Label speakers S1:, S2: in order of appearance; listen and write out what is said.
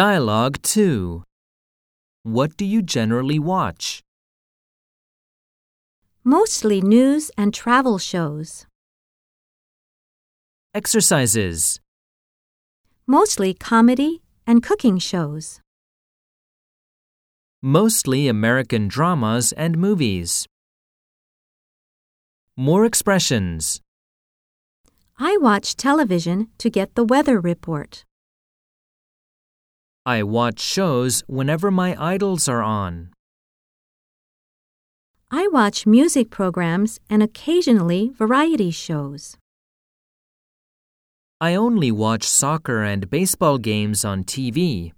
S1: Dialogue 2 What do you generally watch?
S2: mostly news and travel shows,
S1: Exercises.
S2: mostly comedy and cooking shows,
S1: Mostly American dramas and movies. More expressions.
S2: I watch television to get the weather report.
S1: I watch shows whenever my idols are on.
S2: I watch music programs and occasionally variety shows.
S1: I only watch soccer and baseball games on TV.